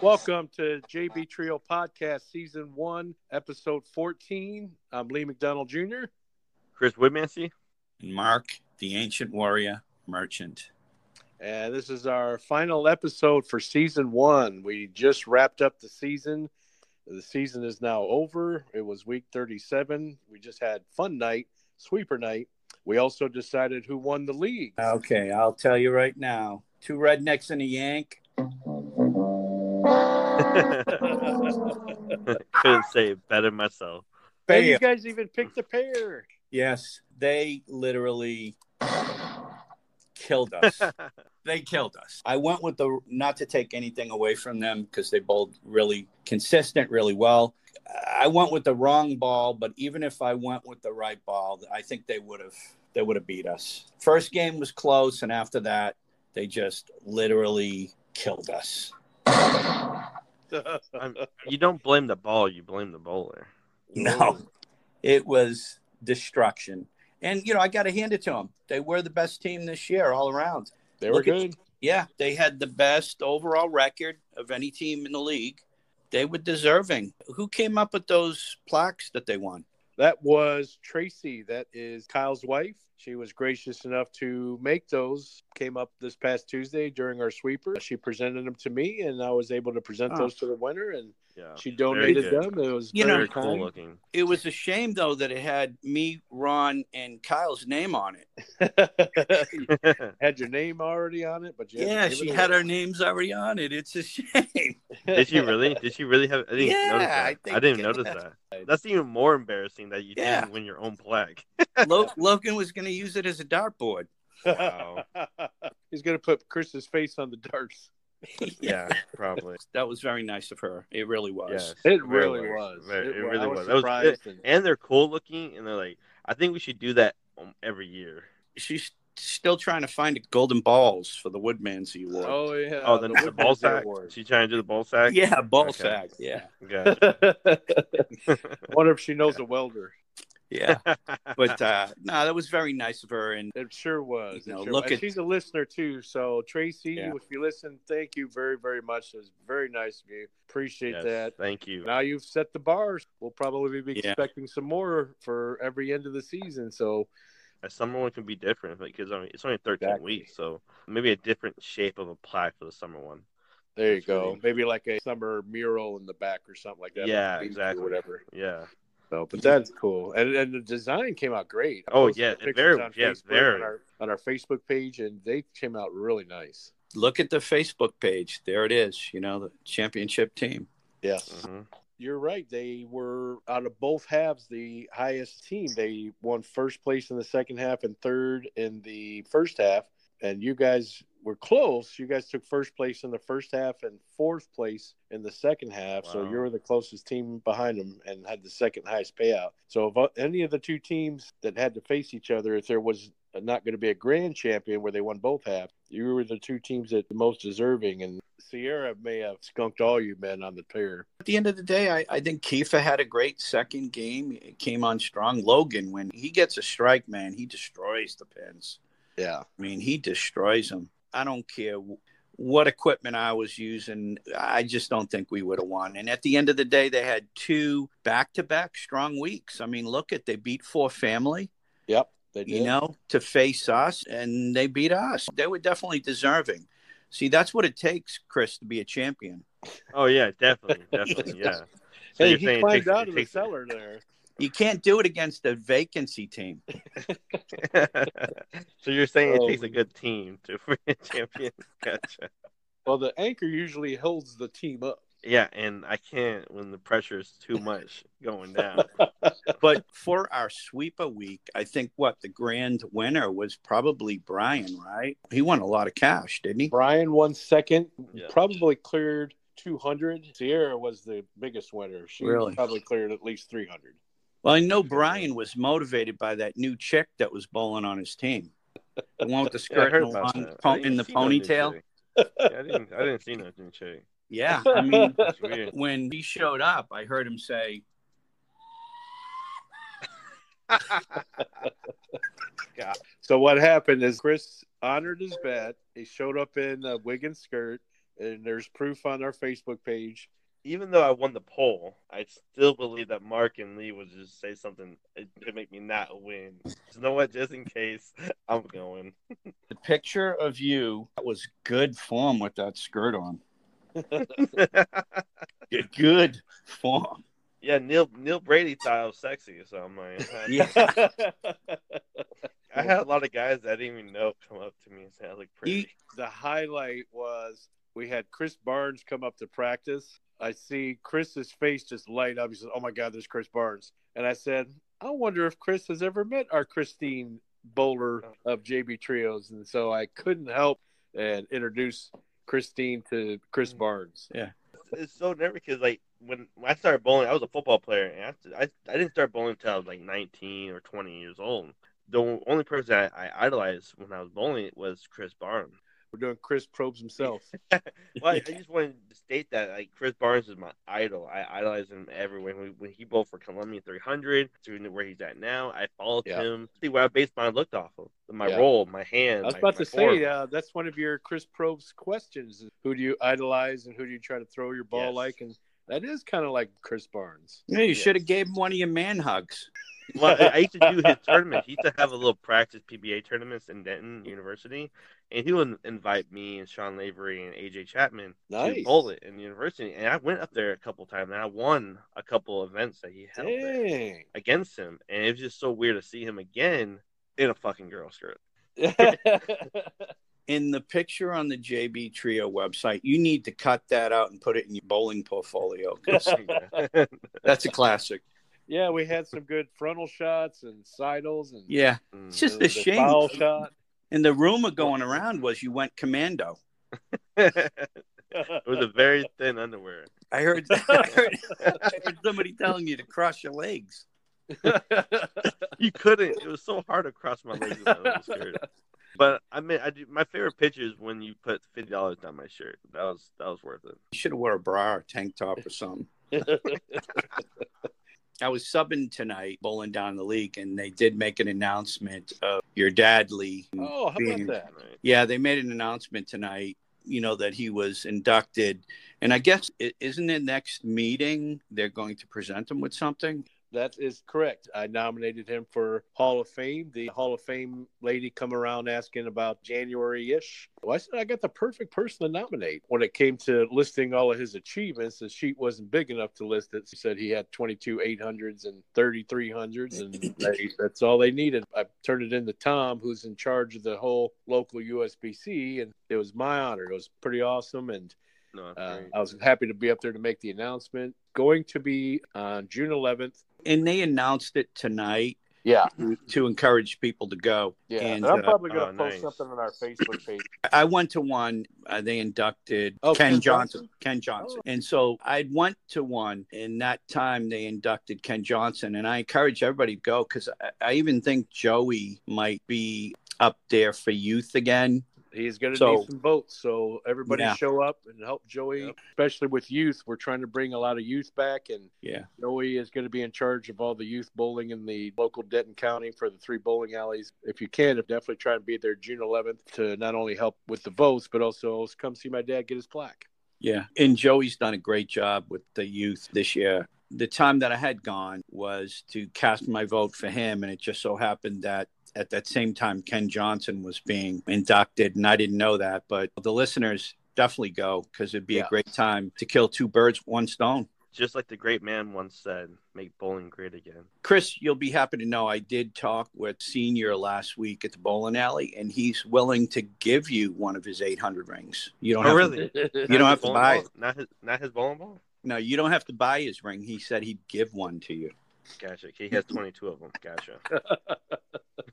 Welcome to JB Trio Podcast, Season 1, Episode 14. I'm Lee McDonald Jr. Chris Woodmancy. And Mark, the ancient warrior merchant. And this is our final episode for Season 1. We just wrapped up the season. The season is now over. It was week 37. We just had fun night, sweeper night. We also decided who won the league. Okay, I'll tell you right now. Two rednecks and a yank. Couldn't say it better myself. And you Fail. guys even picked a pair. Yes, they literally killed us. they killed us. I went with the not to take anything away from them because they bowled really consistent, really well. I went with the wrong ball, but even if I went with the right ball, I think they would have they would have beat us. First game was close, and after that, they just literally killed us. you don't blame the ball, you blame the bowler. No, it was destruction. And you know, I got to hand it to them. They were the best team this year all around. They were Look at- good. Yeah, they had the best overall record of any team in the league. They were deserving. Who came up with those plaques that they won? That was Tracy. That is Kyle's wife. She was gracious enough to make those. Came up this past Tuesday during our sweeper. She presented them to me, and I was able to present Oh. those to the winner, and Yeah. she donated Oh, good. them. It was You know- very Very kind. cool looking. It was a shame though that it had me, Ron, and Kyle's name on it. had your name already on it, but you had to Yeah, give she it had away. our names already on it. It's a shame. Did she really? Did she really have? I didn't Yeah, notice that. I I, think- didn't notice yeah. that. That's even more embarrassing that you Yeah. didn't win your own plaque. Lo- Logan was going to use it as a dartboard. Wow. He's gonna put Chris's face on the darts. Yeah, probably. That was very nice of her. It really was. Yes, It very really nice. was. Very- It, wa- really I was. That was surprised and- and they're cool looking, and they're like, I think we should do that um, every year. she's still trying to find golden balls for the Woodman's Award. Oh yeah. oh, then the, Woodman's ball sack. Award. She trying to do the ball sack. yeah, ball Okay. sack. Yeah, Gotcha. Wonder if she knows a welder. yeah. But uh, no, that was very nice of her. And It sure was. You It know, sure look was. at- she's a listener too. So Tracy, Yeah. if you listen, thank you very, very much. It was very nice of you. Appreciate Yes, that. Thank you. Now you've set the bars. We'll probably be Yeah. expecting some more for every end of the season. So a summer one can be different because I mean it's only thirteen Exactly. weeks, so maybe a different shape of a plaque for the summer one. there you That's go. really- Maybe like a summer mural in the back or something like that. Like Yeah, a beach or exactly. Whatever. Yeah. So, but that's cool, and and the design came out great. I Oh, posted yeah, the pictures very- on yeah, Facebook, very. on our, on our Facebook page, and they came out really nice. look at the Facebook page. There it is. You know, the championship team. Yes, hmm you're right. They were out of both halves the highest team. They won first place in the second half and third in the first half. And you guys were close. You guys took first place in the first half and fourth place in the second half. So Wow. you were the closest team behind them and had the second highest payout. So of any of the two teams that had to face each other, if there was not going to be a grand champion where they won both halves, you were the two teams that the most deserving. And Sierra may have skunked all you men on the pair. At the end of the day, I, I think Kiefer had a great second game. It came on strong. Logan, when he gets a strike, man, he destroys the pins. Yeah. I mean, he destroys them. I don't care wh- what equipment I was using. I just don't think we would have won. And at the end of the day, they had two back to back strong weeks. I mean, look at they beat four family, Yep. They did. you know, to face us, and they beat us. They were definitely deserving. See, that's what it takes, Chris, to be a champion. Oh yeah, definitely, definitely, yeah. So hey, you're he saying it climbed takes- out it of the takes- cellar there. You can't do it against a vacancy team. so you're saying Oh. it takes a good team to win a champion. Gotcha. Well, the anchor usually holds the team up. Yeah, and I can't when the pressure is too much going down. But for our sweeper week, I think what the grand winner was probably Brian, right? He won a lot of cash, didn't he? Brian won second, Yeah. probably cleared 200. Sierra was the biggest winner. She Really? probably cleared at least 300. Well, I know Brian was motivated by that new chick that was bowling on his team. The one with the Yeah, I skirt heard and the about long- that. I po- didn't in the see no new ponytail. chick. Yeah, I didn't. I didn't see nothing, chick. Yeah. I mean, That's weird. when he showed up, I heard him say, So what happened is Chris honored his bet. He showed up in a wig and skirt. and there's proof on our Facebook page. Even though I won the poll, I still believe that Mark and Lee would just say something to make me not win. You know what? Just in case, I'm going. The picture of you that was good form with that skirt on. Good- Good form. yeah, Neil Neil Brady thought I was sexy, so I'm like, Yeah. I had a lot of guys that I didn't even know come up to me and say I look pretty. He- the highlight was we had Chris Barnes come up to practice. I see Chris's face just light up. He says, "Oh my God, there's Chris Barnes." And I said, "I wonder if Chris has ever met our Christine Bowler of JB Trios." And so I couldn't help and introduce Christine to Chris Barnes. it's so nervous because like when when I started bowling, I was a football player, and I I, I didn't start bowling until I was like nineteen or twenty years old. The only person I, I idolized when I was bowling was Chris Barnes. We're doing Chris probes himself. Well, I, I just wanted to state that like Chris Barnes is my idol. I idolize him everywhere. When, when he bowled for Columbia 300 to where he's at now, I followed Yeah. him. See where I based my look off of my Yeah. role, my hand. I was my- about my to say form. uh, that's one of your Chris probes questions: Who do you idolize and who do you try to throw your ball Yes. like? And that is kind of like Chris Barnes. Yeah, you Yes. should have gave him one of your man hugs. Well, I I used to do his tournament. He used to have a little practice PBA tournaments in Denton University, and he would invite me and Sean Lavery and AJ Chapman to Nice. bowl it in the university. And I went up there a couple times, and I won a couple events that he held there Dang. against him. And it was just so weird to see him again in a fucking girl skirt. In the picture on the JB Trio website, you need to cut that out and put it in your bowling portfolio. 'cause That's a classic. yeah, we had some good frontal shots and sidles and Yeah. It's Mm. the- just the a shame. foul shot. And the rumor going around was you went commando. it was a very thin underwear. I heard, I heard, I heard somebody telling you to cross your legs. You couldn't. It was so hard to cross my legs in that little skirt. But I mean, I do, my favorite picture is when you put fifty dollars down my shirt. That was that was worth it. You should have wore a bra or tank top or something. I was subbing tonight, bowling down the league, and they did make an announcement of your dad, Lee. oh, how about Being- that? Right. Yeah, they made an announcement tonight, you know, that he was inducted. And I guess, i- isn't the next meeting they're going to present him with something? That is correct. I nominated him for Hall of Fame. The Hall of Fame lady come around asking about January ish. Well, I said I got the perfect person to nominate. When it came to listing all of his achievements, the sheet wasn't big enough to list it. She said he had 22 800s and 3300s, and they, that's all they needed. I turned it in to Tom, who's in charge of the whole local USBC, and it was my honor. It was pretty awesome, and No, that's uh, great. I was happy to be up there to make the announcement. Going to be on June 11th. And they announced it tonight Yeah, to encourage people to go. yeah. And, And I'm uh, probably going to oh, post nice. something on our Facebook page. I went to one. Uh, they inducted Oh, Ken, Ken Johnson. Johnson? Oh. Ken Johnson, and so I went to one, and that time they inducted Ken Johnson, and I encourage everybody to go because I, I even think Joey might be up there for youth again. He's going to So- need some votes, so everybody Yeah. show up and help Joey, Yep. especially with youth. We're trying to bring a lot of youth back, and Yeah. Joey is going to be in charge of all the youth bowling in the local Denton County for the three bowling alleys. If you can, definitely try and be there June 11th to not only help with the votes, but also come see my dad get his plaque. Yeah, and Joey's done a great job with the youth this year. The time that I had gone was to cast my vote for him, and it just so happened that at that same time Ken Johnson was being inducted, and I didn't know that, but the listeners definitely go because it'd be Yeah. a great time to kill two birds with one stone. Just like the great man once said, make bowling great again. Chris, you'll be happy to know I did talk with Senior last week at the bowling alley, and he's willing to give you one of his 800 rings. You don't Oh, have to, really? You Not don't have his to bowling buy ball? Not his, not his bowling ball. no, you don't have to buy his ring. He said he'd give one to you. Gotcha. He has 22 of them. Gotcha.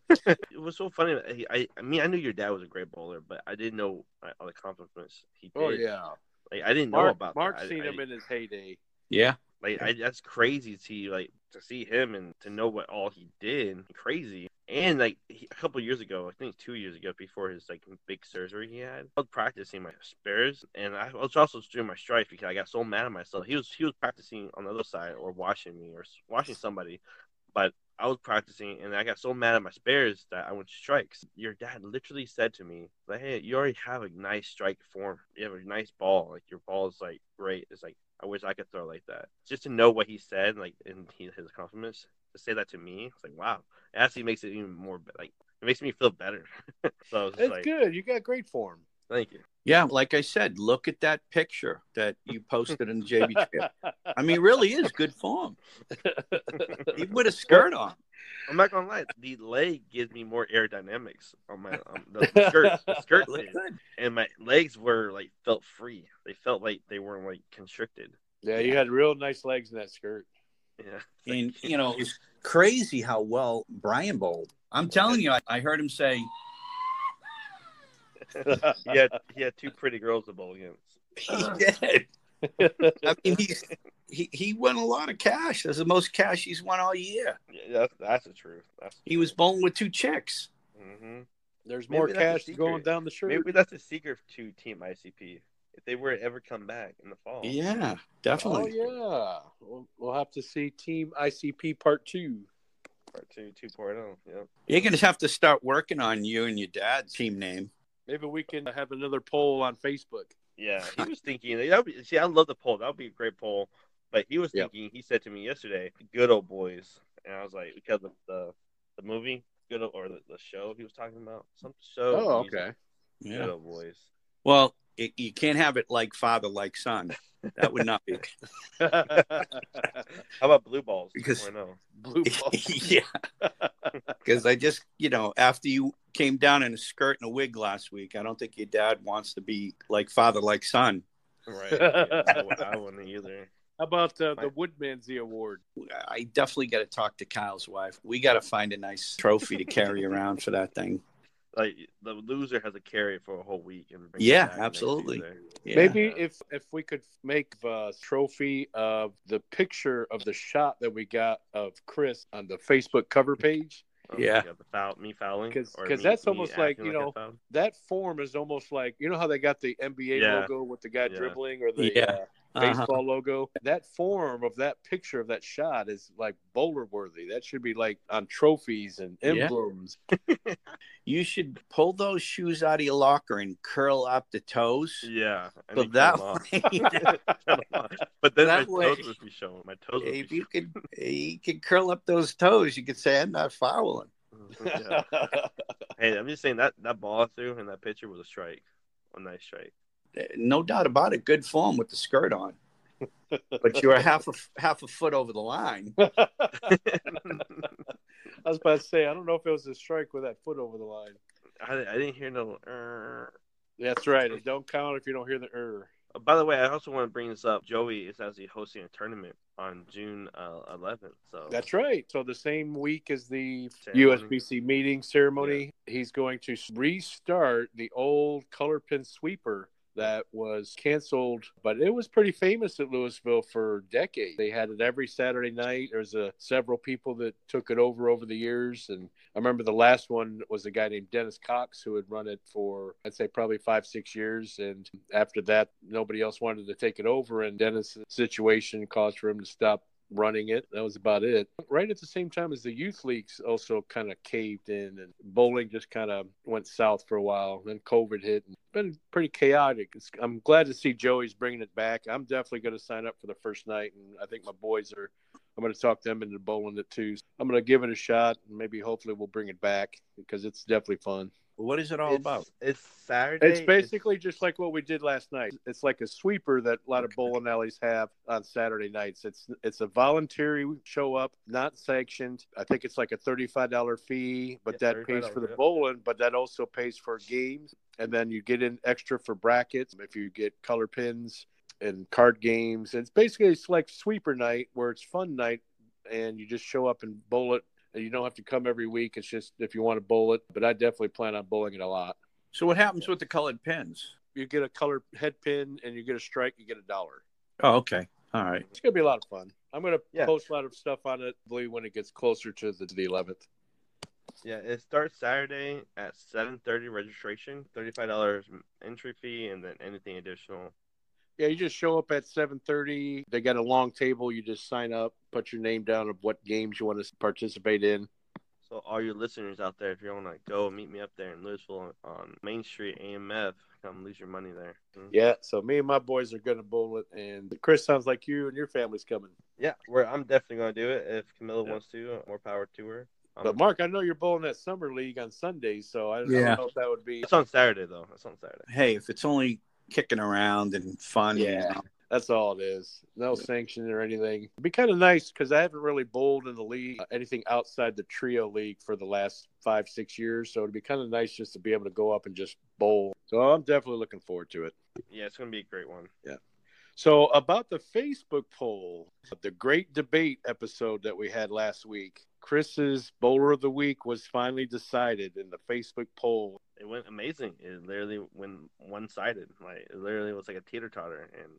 it was so funny. I, I, I mean, I knew your dad was a great bowler, but I didn't know uh, all the accomplishments he did. Oh yeah, Like, I didn't know Mark, about Mark's that. I- seen I- him in his heyday. Yeah. Like I, that's crazy to like to see him and to know what all he did. Crazy. And like he, a couple years ago, I think two years ago, before his like big surgery he had, I was practicing my spares, and I was also doing my strikes because I got so mad at myself. He was he was practicing on the other side or watching me or s- watching somebody, but I was practicing and I got so mad at my spares that I went strikes. Your dad literally said to me, like, hey, you already have a nice strike form. You have a nice ball. Like your ball is like great. It's like I wish I could throw like that. Just to know what he said, like and he, his compliments to say that to me, it's like wow. It actually makes it even more like it makes me feel better. so it's That's like, good. You got great form. thank you. Yeah, like I said, look at that picture that you posted in the JV chat. I mean, it really is good form. Even with a skirt on. I'm not gonna lie, the leg gives me more aerodynamics on my um, the, the skirt. The skirt Look leg. good. and my legs were like felt free. They felt like they weren't like constricted. Yeah, you had real nice legs in that skirt. Yeah, And you know, it was crazy how well Brian bowled. I'm telling you, I, I heard him say, he had he had two pretty girls to bowl against. he Uh-huh. did. I mean, he's, he he won a lot of cash. That's the most cash he's won all year. Yeah, that's that's the truth. That's the He was bowling with two chicks. hmm There's Maybe more that's a cash secret. going down the shirt. Maybe that's the secret to Team ICP. If they were to ever come back in the fall, Yeah, oh definitely. yeah, we'll, we'll have to see Team ICP Part Two. part two, two point oh, yeah. You're gonna have to start working on you and your dad's team name. Maybe we can have another poll on Facebook. Yeah, he was thinking. That would be, see, I love the poll. That would be a great poll. But he was Yep. thinking. He said to me yesterday, "Good old boys," and I was like, because of the the movie, good old, or the, the show he was talking about, some show. Oh, He's like, okay. Good old boys. Well, it, you can't have it like father, like son. That would not be. How about blue balls? Because- 2.0? Blue ball. yeah. Because I just, you know, after you came down in a skirt and a wig last week, I don't think your dad wants to be like father, like son. right? Yeah, I, wou- I wouldn't either. How about uh, the Woodmansey Award? I definitely got to talk to Kyle's wife. We got to find a nice trophy to carry around for that thing. Like the loser has to carry it for a whole week and bring it Yeah, back next absolutely. Tuesday. Yeah. Maybe if if we could make a trophy of the picture of the shot that we got of Chris on the Facebook cover page. Oh, Yeah. the foul, me fouling 'Cause- or 'cause me- that's me almost like, acting you I know, fouled. That form is almost like you know how they got the NBA Yeah. logo with the guy Yeah. dribbling or the Yeah. uh, Uh-huh. baseball logo. That form of that picture of that shot is like bowler worthy. That should be like on trophies and Yeah. emblems. You should pull those shoes out of your locker and curl up the toes. Yeah, I So need to that come off. way, but then That my way- toes would be showing. My toes would if be you could, you could curl up those toes. You could say, "I'm not fouling." showing. Yeah. Hey, I'm just saying that that ball I threw and that pitcher was a strike, a nice strike. no doubt about it, good form with the skirt on. But you were half a half a foot over the line. I was about to say I don't know if it was a strike with that foot over the line. I, I didn't hear no. "Er." That's right. It don't count if you don't hear the er. err. Oh, by the way, I also want to bring this up. Joey is actually hosting a tournament on June uh, 11th. So That's right. So the same week as the Ceremony. USBC meeting ceremony, he's going to restart the old color pin sweeper that was canceled, but it was pretty famous at Louisville for decades. They had it every Saturday night. There was a, several people that took it over over the years, and I remember the last one was a guy named Dennis Cox who had run it for I'd say probably five six years, and after that nobody else wanted to take it over, and Dennis's situation caused for him to stop running it. That was about it. Right at the same time as the youth leagues also kind of caved in, and bowling just kind of went south for a while. Then COVID hit. And it's been pretty chaotic. It's, I'm glad to see Joey's bringing it back. I'm definitely going to sign up for the first night, and I think my boys are. I'm going to talk them into bowling it too. I'm going to give it a shot, and maybe hopefully we'll bring it back because it's definitely fun. What is it all it's, about? It's Saturday. It's basically just like what we did last night. It's like a sweeper that a lot of bowling alleys have on Saturday nights. It's it's a voluntary show up, not sanctioned. I think it's like a thirty five dollar fee, but Yeah, that pays for the $35, yeah. bowling, but that also pays for games, and then you get in extra for brackets if you get color pins and card games. It's basically it's like sweeper night where it's fun night, and you just show up and bowl it. And You don't have to come every week. It's just if you want to bowl it, but I definitely plan on bowling it a lot So what happens with the colored pins? you get a color head pin and you get a strike, you get a dollar. Oh, okay. All right. It's gonna be a lot of fun. I'm gonna Yeah. post a lot of stuff on it, believe when it gets closer to the, to the 11th. Yeah, it starts Saturday at 7:30 registration, $35 entry fee, and then anything additional. Yeah, you just show up at seven thirty. They got a long table. You just sign up, put your name down of what games you want to participate in. So all your listeners out there, if you want to go, meet me up there in Louisville on, on Main Street AMF. Come lose your money there. Mhm. Yeah, so me and my boys are gonna bowl it, and Chris sounds like you and your family's coming. yeah. Where I'm definitely gonna do it if Camilla Yeah. wants to. More power to her. Um, But Mark, I know you're bowling that summer league on Sundays, so I, I Yeah. don't know if that would be. it's on Saturday though. It's on Saturday. Hey, if it's only kicking around and fun, Yeah. That's all it is. No sanction or anything. It'd be kind of nice because I haven't really bowled in the league, uh, anything outside the trio league for the last five, six years. So it'd be kind of nice just to be able to go up and just bowl. So I'm definitely looking forward to it. Yeah, it's gonna be a great one. So about the Facebook poll, the great debate episode that we had last week, Chris's bowler of the week was finally decided in the Facebook poll. It went amazing. It literally went one sided. Like it literally was like a teeter totter, and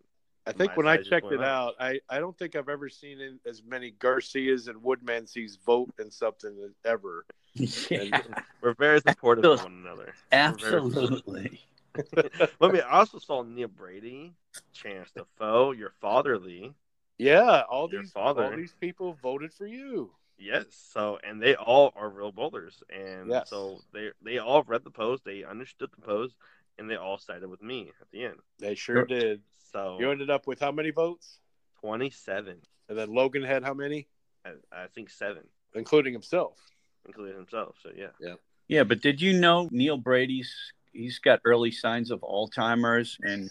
I think My when I size is checked going it out, I, I don't think I've ever seen in, as many Garcias and Woodmanseys vote in something as ever. yeah, we're very supportive of one another. We're very- absolutely. Let me. I also saw Neil Brady, Chance the Foe, your father Lee. Yeah, all Your these father. all these people voted for you. Yes. So, and they all are real bowlers, and Yes. so they they all read the post, they understood the post, and they all sided with me at the end. They sure Sure. did. So You ended up with how many votes? twenty seven, And then Logan had how many, I, I think seven, including himself? including himself. So yeah, Yeah, but did you know Neil Brady's? He's got early signs of Alzheimer's, and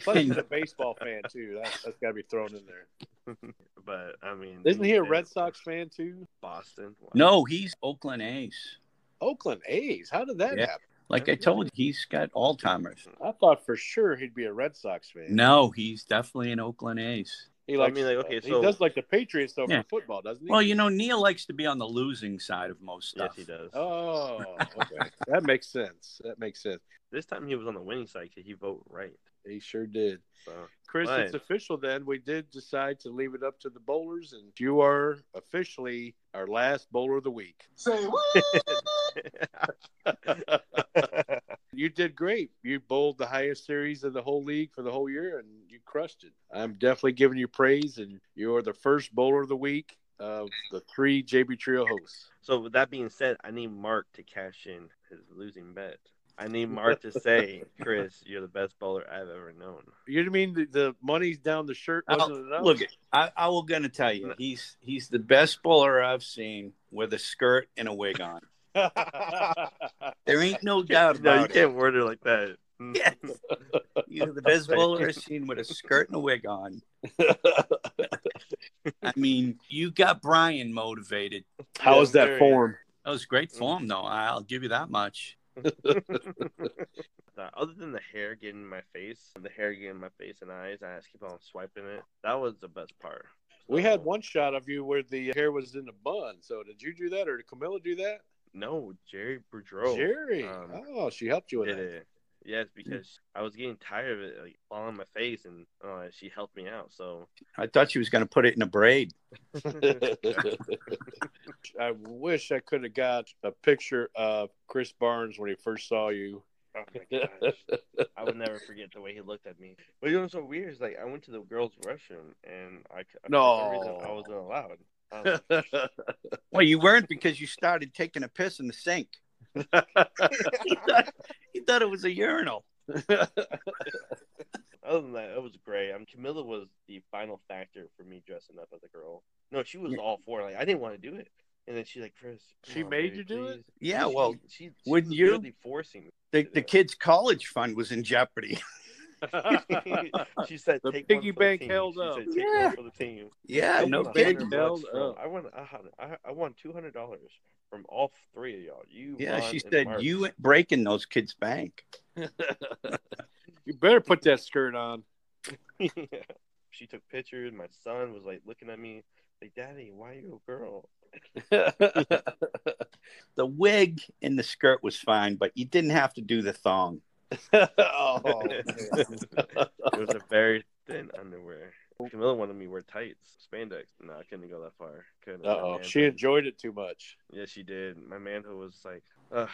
Plus, he's a baseball fan too. That, that's got to be thrown in there. but I mean, Isn't he a they're Red Sox fan too? Boston. Wow. no, he's Oakland A's. Oakland A's. How did that Yeah. happen? Like I told you, he's got Alzheimer's. I thought for sure he'd be a Red Sox fan. No, he's definitely an Oakland Ace. He Well, I likes, mean, like, okay, he so- does like the Patriots though Yeah. for football, doesn't he? Well, you know, Neil likes to be on the losing side of most Yes, stuff. he does. Oh, okay. that makes sense. That makes sense. This time he was on the winning side. 'cause He voted right. He sure did. So Chris, Right. it's official then. We did decide to leave it up to the bowlers, and you are officially our last bowler of the week. Say what? you did great. You bowled the highest series of the whole league for the whole year, and you crushed it. I'm definitely giving you praise, and you are the first bowler of the week of the three JB Trio hosts. So with that being said, I need Mark to cash in his losing bet. I need Mark to say, Chris, you're the best bowler I've ever known. You mean the, the money's down the shirt I'll- wasn't enough? Look, I, I will gonna tell you, he's he's the best bowler I've seen with a skirt and a wig on. There ain't no doubt No, you about it. can't word it like that. Yes. You're the best bowler I've seen with a skirt and a wig on. I mean, you got Brian motivated. How is that Very- form? That was great form, though. I'll give you that much. Uh, Other than the hair getting in my face, the hair getting in my face and eyes, I just keep on swiping it. That was the best part. We So, had one shot of you where the hair was in a bun. So did you do that, or did Camilla do that? No, Jerry Boudreaux. Jerry, um, oh, she helped you with did that. it. Yes, because I was getting tired of it, like all on my face, and uh, she helped me out. So I thought she was gonna put it in a braid. I wish I could have got a picture of Chris Barnes when he first saw you. Oh my gosh. I would never forget the way he looked at me. But you know what's so weird is like I went to the girls' restroom and I, c- for some reason, No. I wasn't allowed. Um, I was I Well, you weren't because you started taking a piss in the sink. You thought, you thought it was a urinal. other than that, it was great. Um, Camilla was the final factor for me dressing up as a girl. No, she was Yeah. all for it. Like I didn't want to do it, and then she's like, "Chris, come She on, made baby, you do it? please." Yeah, She- well, she, she wouldn't was you? literally forcing me. the, the kid's college fund was in jeopardy. she said, The "Take one piggy for bank team." held She up. Said, Take Yeah. one for the team. Yeah, Don't no know how kidding. kidding. much, Held bro. up. I won. I, had- I, I won two hundred dollars from all three of y'all. You, Yeah, Ron, she and said Mark. you ain't breaking those kids' bank. you better put that skirt on. Yeah. She took pictures. My son was like looking at me, like, "Daddy, why are you a girl?" The wig and the skirt was fine, but you didn't have to do the thong. oh, it was a very thin underwear. Camilla wanted me to wear tights, spandex. No, I couldn't go that far. Couldn't. Uh oh, she enjoyed it too much. Yeah, she did. My manhood was like, ugh,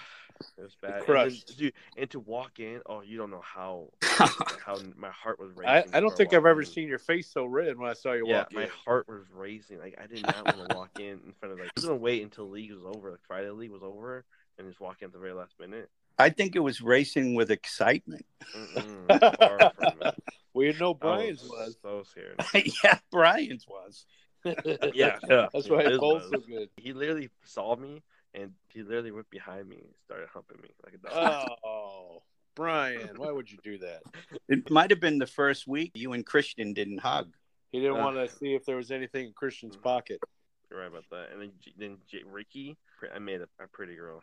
it was bad. crushed. And, then- dude, and to walk in, oh, you don't know how how my heart was racing. I, I don't before think I've walking ever in. seen your face so red when I saw you Yeah, walk my in. heart was racing. Like I did not want to walk in in front of like. I was gonna wait until league was over, like Friday league was over, and just walk in at the very last minute. I think it was racing with excitement. Mm-mm, far from it. Well, you know, Brian's I was. so scared. yeah, Brian's was. yeah, yeah, That's why I his bowled so was. good. He literally saw me and he literally went behind me and started humping me like a dog. Oh, Brian, why would you do that? It might have been the first week you and Christian didn't hug. He didn't Uh. want to see if there was anything in Christian's pocket. You're right about that. And then J- then J- Ricky, pre- I made a, a pretty girl.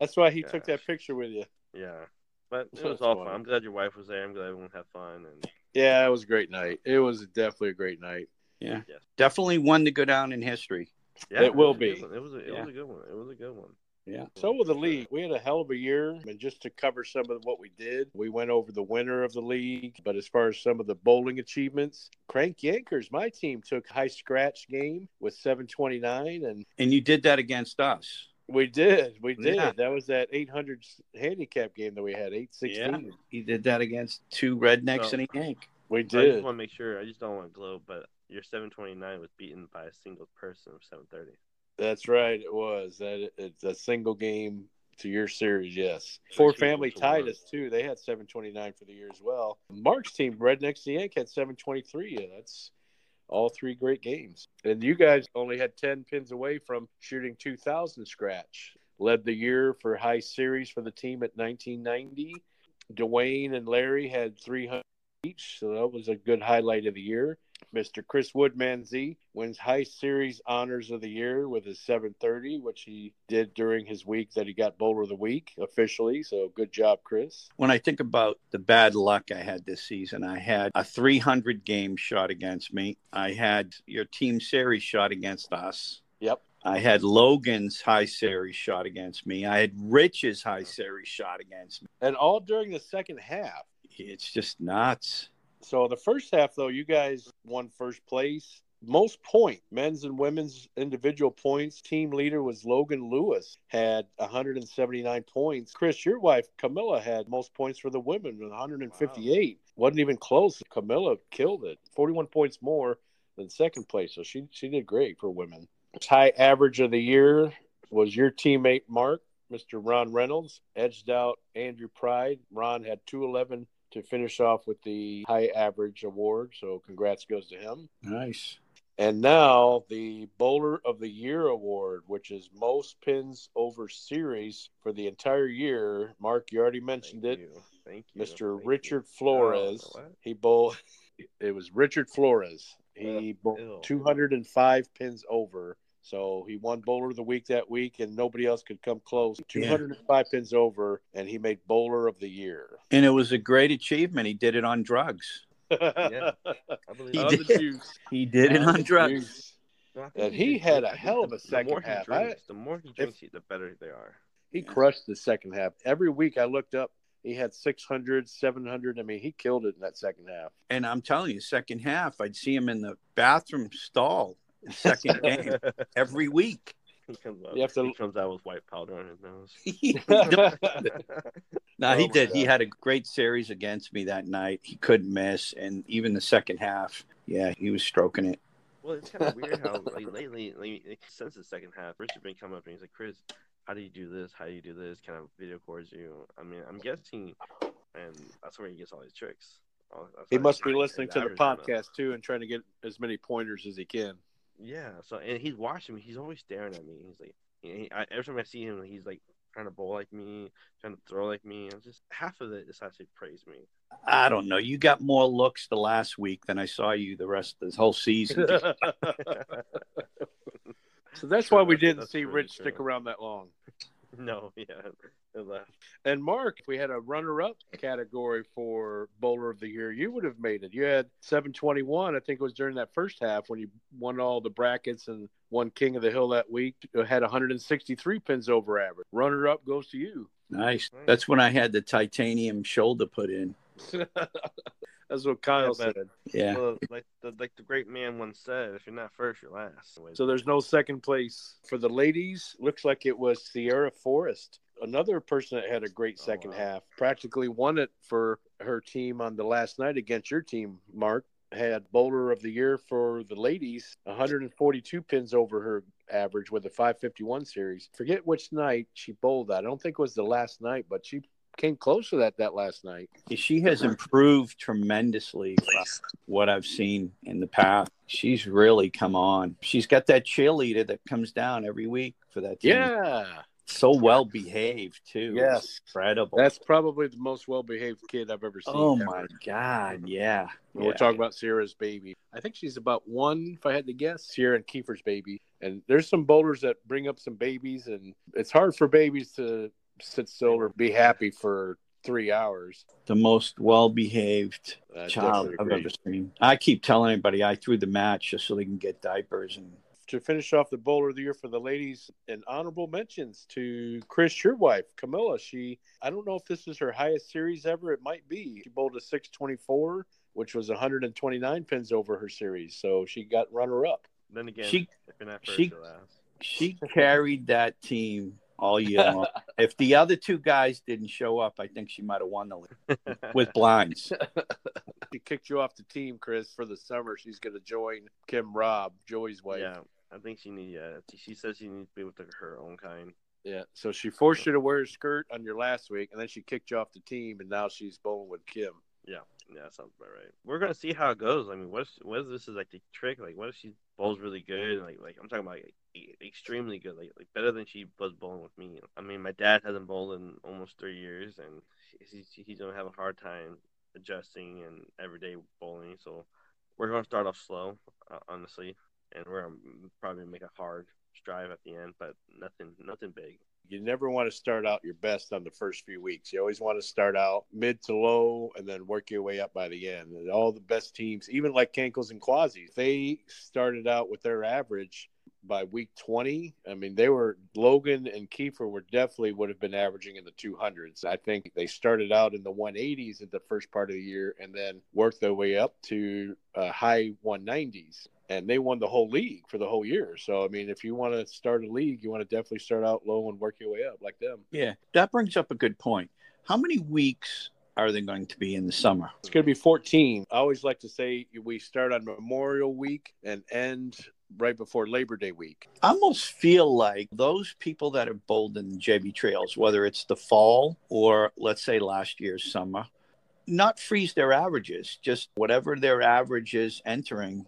That's why he took Gosh. that picture with you. Yeah, but it was That's all funny. fun. I'm glad your wife was there. I'm glad everyone had fun. And Yeah, it was a great night. It was definitely a great night. Yeah. Yes. Definitely one to go down in history. yeah, It will was a good be. one. It was a, it Yeah. was a good one. It was a good one. Yeah. So will the league. We had a hell of a year, and just to cover some of what we did, we went over the winner of the league. But as far as some of the bowling achievements, Crank Yankers, my team took high scratch game with 729, and And you did that against us. we did, we did. Yeah. That was that 800 handicap game that we had, 816. You did that against two rednecks No. and a yank. We So I did. just want to make sure. I just don't want to glow, but your 729 was beaten by a single person of 730. That's right. It was that. It's a single game to your series. Yes, So four two to family one. tied us too. They had seven twenty nine for the year as well. Mark's team, Rednecks the Yank, had seven twenty three. That's all three great games. And you guys only had ten pins away from shooting two thousand scratch. Led the year for high series for the team at nineteen ninety. Dwayne and Larry had three hundred each, so that was a good highlight of the year. Mr. Chris Woodmanzi wins High Series Honors of the Year with his 730, which he did during his week that he got Bowler of the Week officially. So good job, Chris. When I think about the bad luck I had this season, I had a 300 game shot against me. I had your team series shot against us. Yep. I had Logan's high series shot against me. I had Rich's high series shot against me. And all during the second half. It's just nuts. So the first half, though, you guys won first place. Most point, men's and women's individual points. Team leader was Logan Lewis, had 179 points. Chris, your wife Camilla had most points for the women with 158. wasn't even close. Camilla killed it, 41 points more than second place. So she she did great for women. High average of the year was your teammate Mark, Mr. Ron Reynolds, edged out Andrew Pride. Ron had 211 to finish off with the high average award. So congrats goes to him. Nice. And now the Bowler of the Year award, which is most pins over series for the entire year. Mark, you already mentioned Thank it. you. Thank you. Mr. Thank you. Richard Flores. Oh, what? he bowled. It was Richard Flores. He ew. bowled 205 pins over. So he won Bowler of the Week that week, and nobody else could come close. 205 pins over, and he made Bowler of the Year. And it was a great achievement. He did it on drugs. Yeah. I believe He it. Of did. the juice. He did it on drugs. Juice. No, I think And you he should- had I a think hell of a the more second he half. I- Drinks, the more he drinks, the better they are. He Yeah. crushed the second half. Every week I looked up, he had 600, 700. I mean, he killed it in that second half. And I'm telling you, second half, I'd see him in the bathroom stall in second game every week. he comes out. You have to- He comes out with white powder on his nose. no, Oh my he did. He God. had a great series against me that night. He couldn't miss. And even the second half, yeah, he was stroking it. well, it's kind of weird how like, lately, like, since the second half, Richard's been coming up and he's like, Chris, how do you do this? How do you do this? Kind of video records you. I mean, I'm guessing, and that's where he gets all his tricks. All- that's He how must be gets listening his to the average on it. podcast too and trying to get as many pointers as he can. Yeah. So and he's watching me. He's always staring at me. He's like, and he, I, every time I see him, he's like trying to bowl like me, trying to throw like me. And just half of it is actually praise me. I don't know. You got more looks the last week than I saw you the rest of this whole season. So that's True, why we that's- didn't that's see really Rich true. stick around that long. no, yeah, it left. And Mark, if we had a runner up category for Bowler of the Year, you would have made it. You had 721, I think it was during that first half when you won all the brackets and won King of the Hill that week. You had 163 pins over average. Runner up goes to you. nice. That's when I had the titanium shoulder put in. That's what Kyle Yeah, but- said. Yeah. Well, like the like the great man once said, if you're not first, you're last. So there's no second place for the ladies. Looks like it was Sierra Forest, another person that had a great Oh, second wow. half. Practically won it for her team on the last night against your team, Mark. Had bowler of the year for the ladies, 142 pins over her average with a 551 series. Forget which night she bowled that. I don't think it was the last night, but she came close to that that last night. She has improved tremendously from what I've seen in the past. She's really come on. She's got that cheerleader that comes down every week for that team. Yeah. So well behaved too. It's Yes. Incredible. That's probably the most well behaved kid I've ever seen. oh ever. my God. Yeah. When We're Yeah. talking about Sierra's baby. I think she's about one, if I had to guess, Sierra and Kiefer's baby. And there's some bowlers that bring up some babies, and it's hard for babies to sit still or be happy for three hours. the most well behaved I child definitely I've agree. ever seen. I keep telling everybody I threw the match just so they can get diapers and To finish off the bowler of the year for the ladies, and honorable mentions to Chris, your wife, Camilla. She, I don't know if this is her highest series ever. It might be. She bowled a 624, which was 129 pins over her series. So she got runner up. Then again, She- if you're not first, she- you're last. she carried that team all year long. if the other two guys didn't show up, I think she might have won the league with blinds. She kicked you off the team, Chris, for the summer. She's going to join Kim Robb, Joey's wife. yeah, I think she needs. Yeah, she says she needs to be with her own kind. Yeah. So she forced you to wear a skirt on your last week, and then she kicked you off the team, and now she's bowling with Kim. Yeah, that sounds about right. We're gonna see how it goes. I mean, what if what if this is like the trick? Like, what if she bowls really good? Like, like I'm talking about like, e- extremely good, like, like better than she was bowling with me. I mean, my dad hasn't bowled in almost three years, and he's he's gonna have a hard time adjusting and everyday bowling. So we're gonna start off slow, uh, honestly, and we're gonna probably make a hard strive at the end, but nothing nothing big. You never want to start out your best on the first few weeks. You always want to start out mid to low and then work your way up by the end. And all the best teams, even like Kankles and Quasi, they started out with their average by week 20. I mean, they were Logan and Kiefer were definitely would have been averaging in the 200s. I think they started out in the 180s at the first part of the year and then worked their way up to uh, high 190s. And they won the whole league for the whole year. So, I mean, if you want to start a league, you want to definitely start out low and work your way up like them. Yeah, that brings up a good point. How many weeks are they going to be in the summer? It's going to be 14. I always like to say we start on Memorial Week and end right before Labor Day week. I almost feel like those people that have bowled in JV trails, whether it's the fall or let's say last year's summer, not freeze their averages, just whatever their average is entering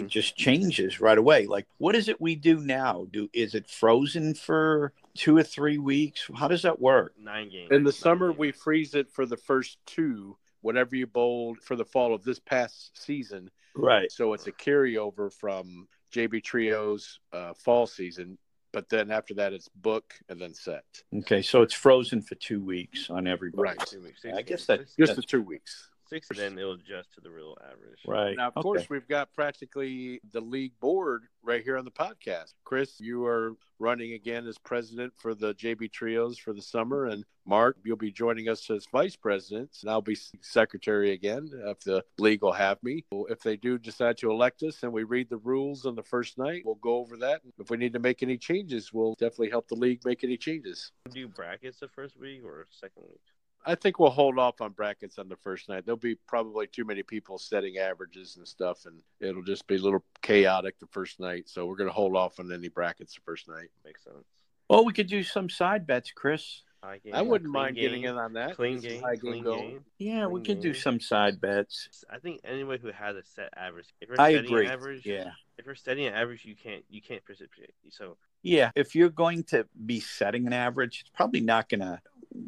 it just changes right away. Like, what is it we do now? Do is it frozen for two or three weeks? How does that work? Nine games In the nine summer, games. we freeze it for the first two, whatever you bowled for the fall of this past season. Right. So it's a carryover from JB Trio's uh, fall season. But then after that, it's book and then set. Okay, so it's frozen for two weeks on everybody. Right. Two weeks, I six guess games, that- six- Just the two weeks. six, and then it'll adjust to the real average. Right. Now, of Okay. course, we've got practically the league board right here on the podcast. Chris, you are running again as president for the JB Trios for the summer, and Mark, you'll be joining us as vice president, and I'll be secretary again if the league will have me. Well, If they do decide to elect us and we read the rules on the first night, we'll go over that. If we need to make any changes, we'll definitely help the league make any changes. Do brackets the first week or second week? I think we'll hold off on brackets on the first night. There'll be probably too many people setting averages and stuff, and it'll just be a little chaotic the first night. So we're going to hold off on any brackets the first night. Makes sense. Well, we could do some side bets, Chris. High game, I wouldn't clean mind getting game, in on that. Clean This is game, how I can clean go. game. Yeah, we could do Mhm. some side bets. I think anyone who has a set average, if you're I setting agree. an average, Yeah. if you're setting an average, you can't you can't precipitate. So Yeah, if you're going to be setting an average, it's probably not going to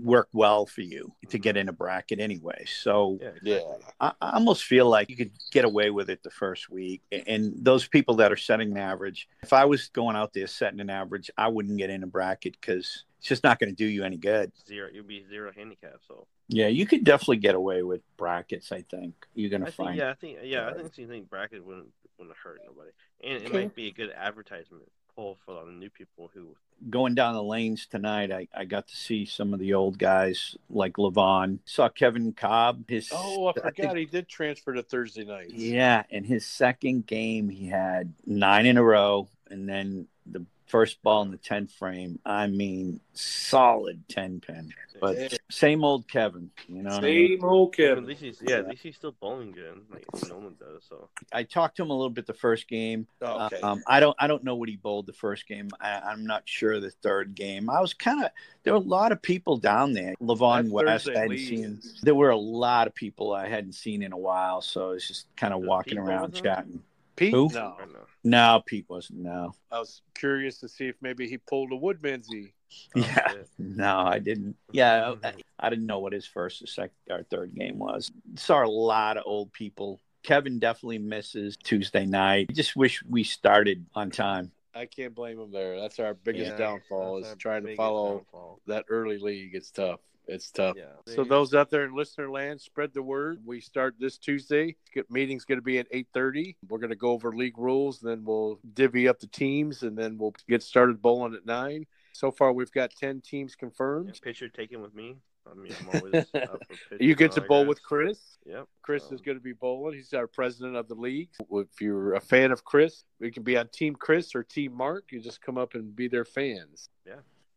work well for you to get in a bracket anyway. So yeah, Yeah. I, I almost feel like you could get away with it the first week. A- And those people that are setting an average, if I was going out there setting an average, I wouldn't get in a bracket because it's just not going to do you any good. zero, you'll be zero handicap. So Yeah, you could definitely get away with brackets, I think. You're going I to think, find. yeah, I think yeah, I Right. think something bracket wouldn't wouldn't hurt nobody, and it Okay. might be a good advertisement pull for the new people who going down the lanes tonight, I, I got to see some of the old guys like Levon. Saw Kevin Cobb. His Oh, I forgot think- he did transfer to Thursday night. yeah, in his second game, he had nine in a row, and then the first ball in the tenth frame. I mean, solid ten pin. But Yeah. same old Kevin, you know. What I, mean? Same old at Kevin. least he's yeah, at least he's still bowling good. Like no one does. So I talked to him a little bit the first game. Oh, okay. Um, I don't I don't know what he bowled the first game. I, I'm not sure the third game. I was kind of there were a lot of people down there. Levon That West Thursday I hadn't league seen. is- There were a lot of people I hadn't seen in a while, so it's just kind of Was walking Pete around Bowles there? chatting. Pete, who? no. I don't know. No, Pete wasn't. No, I was curious to see if maybe he pulled a Woodmansey. Oh, yeah, shit. no, I didn't. Yeah, I, I didn't know what his first or second or third game was. Saw a lot of old people. Kevin definitely misses Tuesday night. Just wish we started on time. I can't blame him there. That's our biggest Yeah, downfall that's is our trying to biggest follow downfall. that early league. It's tough. It's tough. Yeah. Oh. So those out there in listener land, spread the word. We start this Tuesday. Get- Meeting's going to be at eight thirty. We're going to go over league rules, then we'll divvy up the teams, and then we'll get started bowling at nine. So far, we've got ten teams Yeah, confirmed. picture taken with me. I mean, I'm always up for pictures You get and to all bowl that. with Chris. Yep. Chris Um, is going to be bowling. He's our president of the league. If you're a fan of Chris, we can be on Team Chris or Team Mark. You just come up and be their fans.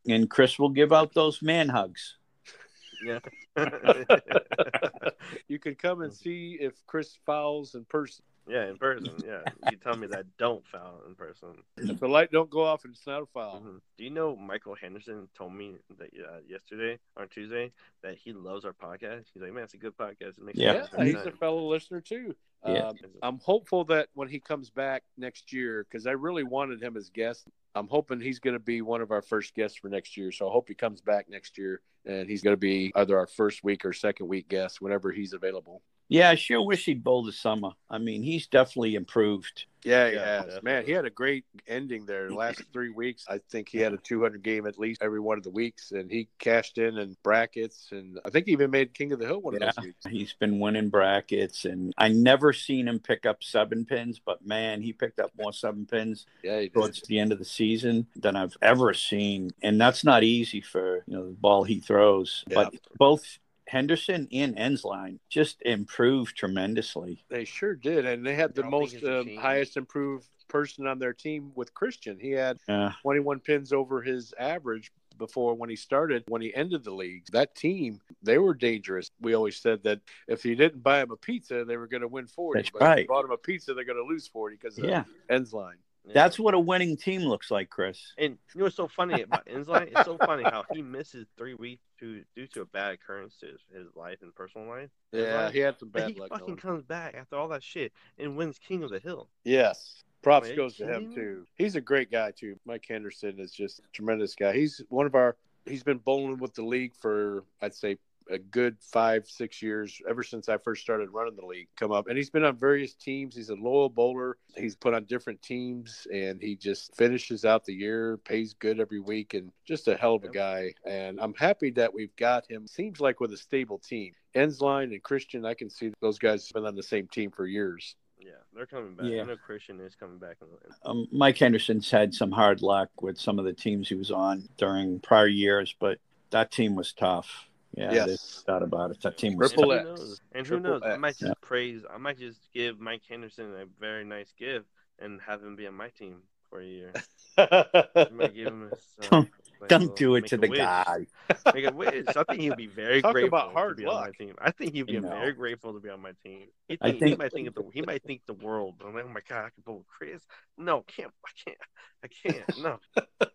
And Chris will give out those man hugs. Yeah. You can come and see if Chris fouls in person. yeah, in person. Yeah. You tell me that don't foul in person. If the light don't go off and it's not a foul. Mhm. Do you know Michael Henderson told me that uh, yesterday on Tuesday that he loves our podcast? He's like, man, it's a good podcast. It makes me Yeah, Yeah. laugh every he's time." a fellow listener too. Yeah. Um, I'm hopeful that when he comes back next year, because I really wanted him as guest. I'm hoping he's going to be one of our first guests for next year. So I hope he comes back next year and he's going to be either our first week or second week guest whenever he's available. Yeah, I sure wish he'd bowl the summer. I mean, he's definitely improved. Yeah, Yeah, yeah, man, he definitely. had a great ending there. The Last three weeks, I think he had a 200 game at least every one of the weeks, and he cashed in and brackets, and I think he even made King of the Hill one Yeah. of those weeks. He's been winning brackets, and I never seen him pick up seven pins, but man, he picked up more seven pins Yeah, he did. towards the end of the season than I've ever seen, and that's not easy for you know the ball he throws. Yeah. But both Henderson and Ensline just improved tremendously. They sure did, and they had the I don't think most it's a um, change. highest improved person on their team with Christian. He had Yeah, 21 pins over his average before when he started. When he ended the league, that team they were dangerous. We always said that if you didn't buy him a pizza, they were going to win 40. That's but if you right. bought him a pizza, they're going to lose 40 because of yeah, ends line. Yeah. that's what a winning team looks like, Chris. And you know what's so funny about Insline? It's so funny how he misses three weeks to, due to a bad occurrence to his- his life and personal life. Yeah, he had some But bad he luck. fucking on him. comes back after all that shit and wins King of the Hill. Yes. Props Are you goes to him kidding me? too. He's a great guy too. Mike Henderson is just a tremendous guy. He's one of our he's been bowling with the league for I'd say a good five, six years, ever since I first started running the league, come up. And he's been on various teams. He's a loyal bowler. He's put on different teams and he just finishes out the year, pays good every week, and just a hell of a Yep. guy. And I'm happy that we've got him. Seems like with a stable team. Ensline and Christian, I can see those guys have been on the same team for years. Yeah, they're coming back. Yeah. I know Christian is coming back. in the- um, Mike Henderson's had some hard luck with some of the teams he was on during prior years, but that team was tough. Yeah, Yes. there's no doubt about it. That team was Triple tough. And who X. knows? And who Triple knows? I X. might just Yeah. praise. I might just give Mike Henderson a very nice gift and have him be on my team for a year. I might give him. A, uh, like a Don't little- do it make to a the wish. guy. Make a wish. I think he'd be very Talk grateful about hard to be on my luck. team. I think he'd be No. very grateful to be on my team. He, I think, he think- might think of the he might think the world. I'm like, oh my god, I can bowl with Chris. No, can't. I can't. I can't. No,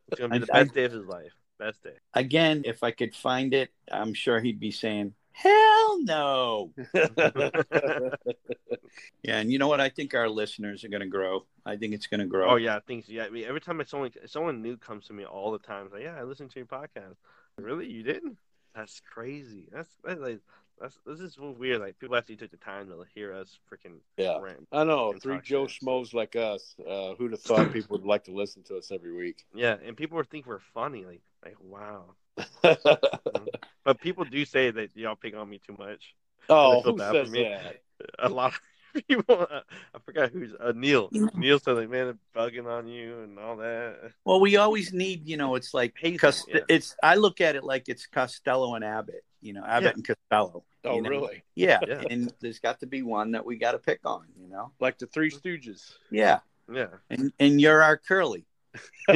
it's gonna be I- the I- best day of his life. Best day. Again, if I could find it, I'm sure he'd be saying, Hell no. Yeah, and you know what? I think our listeners are going to grow. I think it's going to grow. Oh yeah, things. Yeah, I mean, every time it's someone someone new comes to me all the time. It's like, yeah, I listened to your podcast. Really, you didn't? That's crazy. That's that's like that's this is so weird. Like people actually took the time to hear us freaking Yeah. rant. I know and three talk Joe shit. schmoes like us. Uh, who'd have thought people would like to listen to us every week? Yeah, and people would think we're funny. Like like wow. But people do say that y'all pick on me too much. oh, I feel who bad for says me. that? A lot. people. I, I forgot who's uh, Neil. Neil said, like, man, they're bugging on you and all that. Well, we always need, you know, it's like Pacing, Cost- yeah. it's. I look at it like it's Costello and Abbott. You know, Abbott Yeah. and Costello. Oh, you know? really? Yeah. Yeah. And there's got to be one that we got to pick on. You know. Like the Three Stooges. Yeah. Yeah. And and you're our curly. I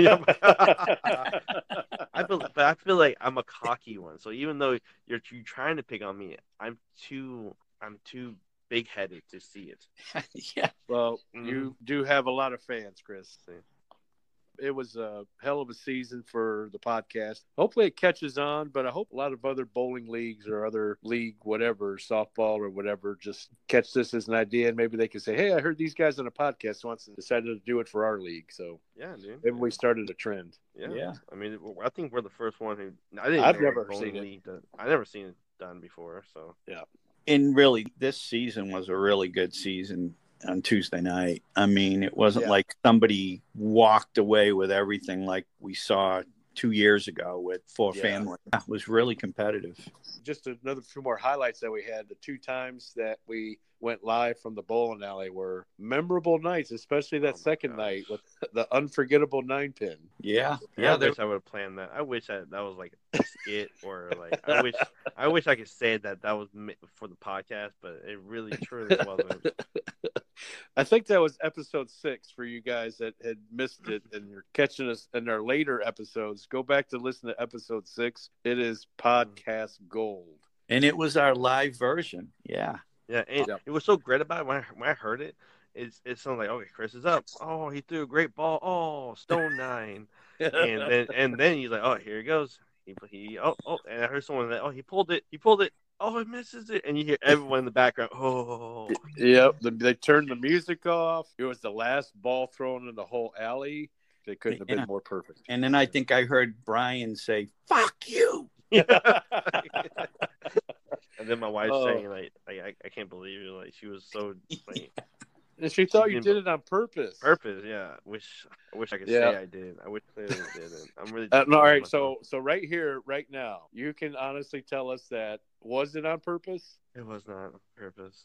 feel, but I feel like I'm a cocky one. So even though you're, you trying to pick on me, I'm too I'm too big headed to see it. yeah. Well, Mhm. you do have a lot of fans, Chris. It was a hell of a season for the podcast. Hopefully, it catches on, but I hope a lot of other bowling leagues or other league, whatever, softball or whatever, just catch this as an idea. And maybe they can say, Hey, I heard these guys on a podcast once and decided to do it for our league. So Yeah, dude. maybe we started a trend. yeah. Yeah. I mean, I think we're the first one who I didn't. I've know never Bowling seen it. League done- I never seen it done before. So And really, this season was a really good season on Tuesday night. I mean, it wasn't Yeah. like somebody walked away with everything like we saw two years ago with four Yeah. family. It was really competitive. Just another few more highlights that we had. The two times that we went live from the bowling alley were memorable nights, especially that Oh my second gosh. night with the unforgettable nine pin. Yeah. yeah, I there- wish I would have planned that. I wish that that was like a skit or like I wish I wish I could say that that was mi- for the podcast, but it really truly wasn't. I think that was episode six for you guys that had missed it and you're catching us in our later episodes. Go back to listen to episode six. It is Mm. podcast gold. and it was our live version. Yeah. Yeah, and Yeah. it was so great about it when I, when I heard it. It's it sounded like okay, Chris is up. Oh, he threw a great ball. Oh, stone nine, and then and then he's like, oh, here he goes. He he oh oh, and I heard someone that oh he pulled it, he pulled it. Oh, he misses it, and you hear everyone in the background. Oh, yep, the, they turned the music off. It was the last ball thrown in the whole alley. They couldn't have Yeah. been more perfect. And then I think I heard Brian say, "Fuck you." and then my wife Oh. saying like, like I, I can't believe it. Like she was so like And she thought She you didn't- did it on purpose. purpose. Yeah, wish I wish I could Yeah. say I did. I wish clearly I didn't. I'm really Uh, no, all right, disappointed so in so right here, right now, you can honestly tell us that was it on purpose? myself. it was not on purpose.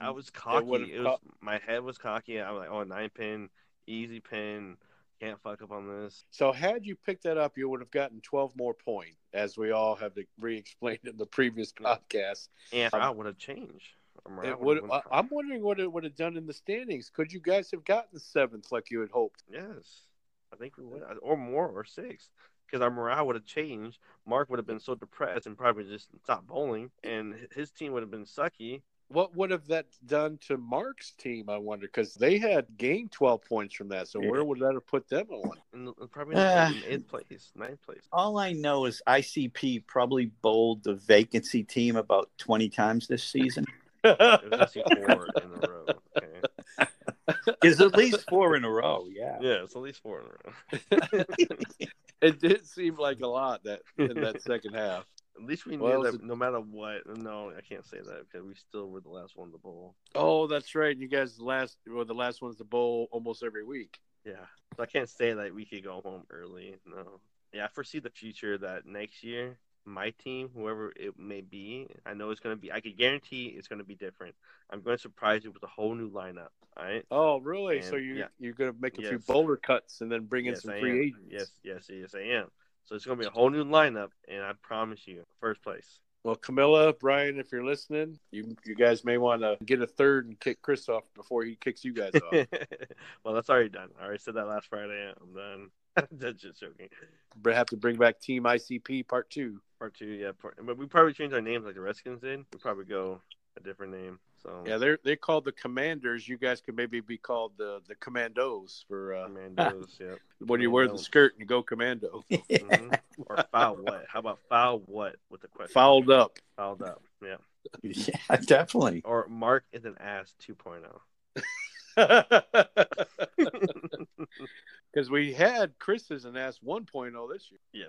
I was cocky. It It would've was my head was cocky. I was like, oh, nine pin, easy pin. Can't fuck up on this. So had you picked that up, you would have gotten 12 more points, as we all have re-explained in the previous Yeah. podcast. And Um, I would have changed. I'm right, I It would. would've won. I- I'm wondering what it would have done in the standings. Could you guys have gotten seventh like you had hoped? yes, I think we would, or more, or six, because our morale would have changed. Mark would have been so depressed and probably just stopped bowling, and h- his team would have been sucky. What would have that done to Mark's team? I wonder because they had gained 12 points from that. So Yeah. where would that have put them on? And probably Ah. in eighth place, ninth place. All I know is ICP probably bowled the vacancy team about 20 times this season. It was actually four in a row. Okay. Is at least four in a row. Yeah. Yeah, it's at least four in a row. it did seem like a lot that in that second half. At least we Well, knew it's that no matter what, no, I can't say that because we still were the last one to bowl. Oh, that's right. You guys last well, the last one's the bowl almost every week. Yeah, so I can't say that we could go home early. No, yeah, I foresee the future that next year my team, whoever it may be, I know it's gonna be. I could guarantee it's gonna be different. I'm going to surprise you with a whole new lineup. All right. Oh, really? And- so you yeah. you're gonna make a few Yes. bowler cuts and then bring in some I free am. agents. Yes, yes, yes, I am. So it's gonna be a whole new lineup, and I promise you, first place. Well, Camilla, Brian, if you're listening, you you guys may want to get a third and kick Chris off before he kicks you guys off. well, that's already done. I already said that last Friday. I'm done. that's just joking. But have to bring back Team ICP Part Two. Part two, yeah. Part, but we probably change our names like the Redskins did. We probably go a different name. So Yeah, they're they called the Commanders. You guys could maybe be called the the Commandos for uh, Commandos, yep. when you wear the Commandos. skirt and go Commando. Mhm. Or foul what? How about foul what with the question? Fouled up. Fouled up. Yeah. yeah, definitely. Or Mark is an ass oh. 2.0. Because we had Chris as an ass 1.0 this year.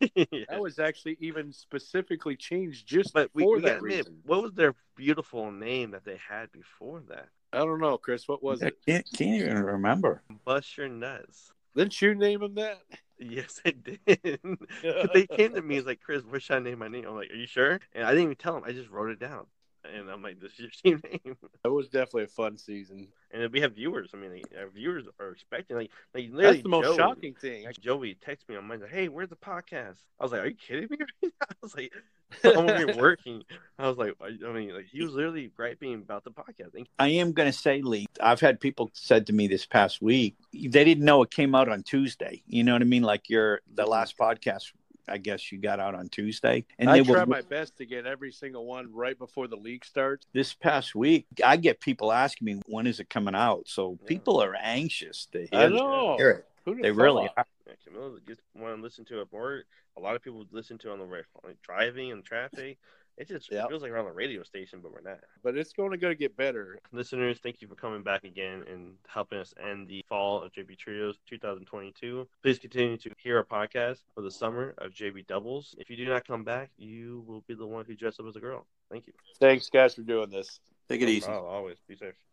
yes. That was actually even specifically changed just But we, for we that gotta admit, reason. what was their beautiful name that they had before that? I don't know, Chris. What was I it? can't, can't even remember. Bust your nuts. Didn't you name him that? Yes, I did. they came to me. It's like, Chris, where should I name my name? I'm like, Are you sure? And I didn't even tell him. I just wrote it down. and I'm like, this is your team name. That was definitely a fun season. And then we have viewers. I mean, like, our viewers are expecting like, like literally That's the most Joey- shocking thing. Joey texted me on Monday, "Hey, where's the podcast?" I was like, "Are you kidding me?" right now?" I was like, "I'm over here working." I was like, I, "I mean, like he was literally griping about the podcast." And I am going to say, Lee, I've had people said to me this past week, they didn't know it came out on Tuesday. You know what I mean? Like your the last podcast, I guess you got out on Tuesday, and I they try were my best to get every single one right before the league starts. this past week. I get people asking me when is it coming out, so Yeah. people are anxious to hear, I know. hear it. Who They really are. yeah, Camilla just want to listen to it more. A lot of people listen to it on the ra- like driving and traffic. It just Yep. feels like we're on a radio station, but we're not. But it's going to go to get better. Listeners, thank you for coming back again and helping us end the fall of JB Trios 2022. Please continue to hear our podcast for the summer of JB Doubles. If you do not come back, you will be the one who dressed up as a girl. Thank you. Thanks, guys, for doing this. Take it easy. Oh, always be safe.